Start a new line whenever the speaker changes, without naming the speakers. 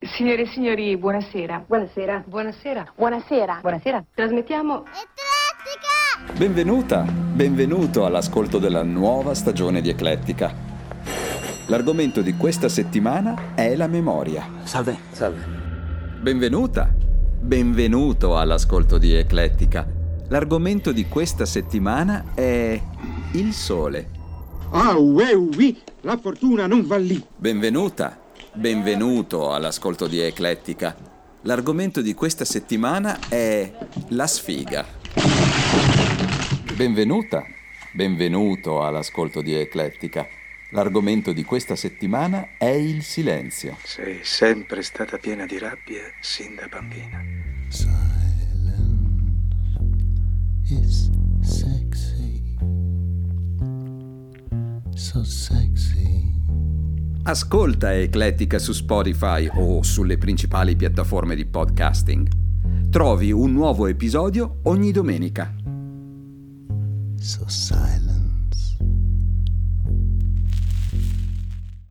Signore e signori, buonasera.
Buonasera.
Buonasera.
Buonasera.
Buonasera.
Trasmettiamo
Eclettica!
Benvenuta, benvenuto all'ascolto della nuova stagione di Eclettica. L'argomento di questa settimana è la memoria.
Salve. Salve.
Benvenuta, benvenuto all'ascolto di Eclettica. L'argomento di questa settimana è il sole.
Ah, uè, uè, la fortuna non va lì.
Benvenuta, benvenuto all'ascolto di Eclettica. L'argomento di questa settimana è la sfiga. Benvenuta, benvenuto all'ascolto di Eclettica. L'argomento di questa settimana è il silenzio.
Sei sempre stata piena di rabbia sin da bambina.
It's sexy. So sexy.
Ascolta Eclettica su Spotify o sulle principali piattaforme di podcasting. Trovi un nuovo episodio ogni domenica.
So silent.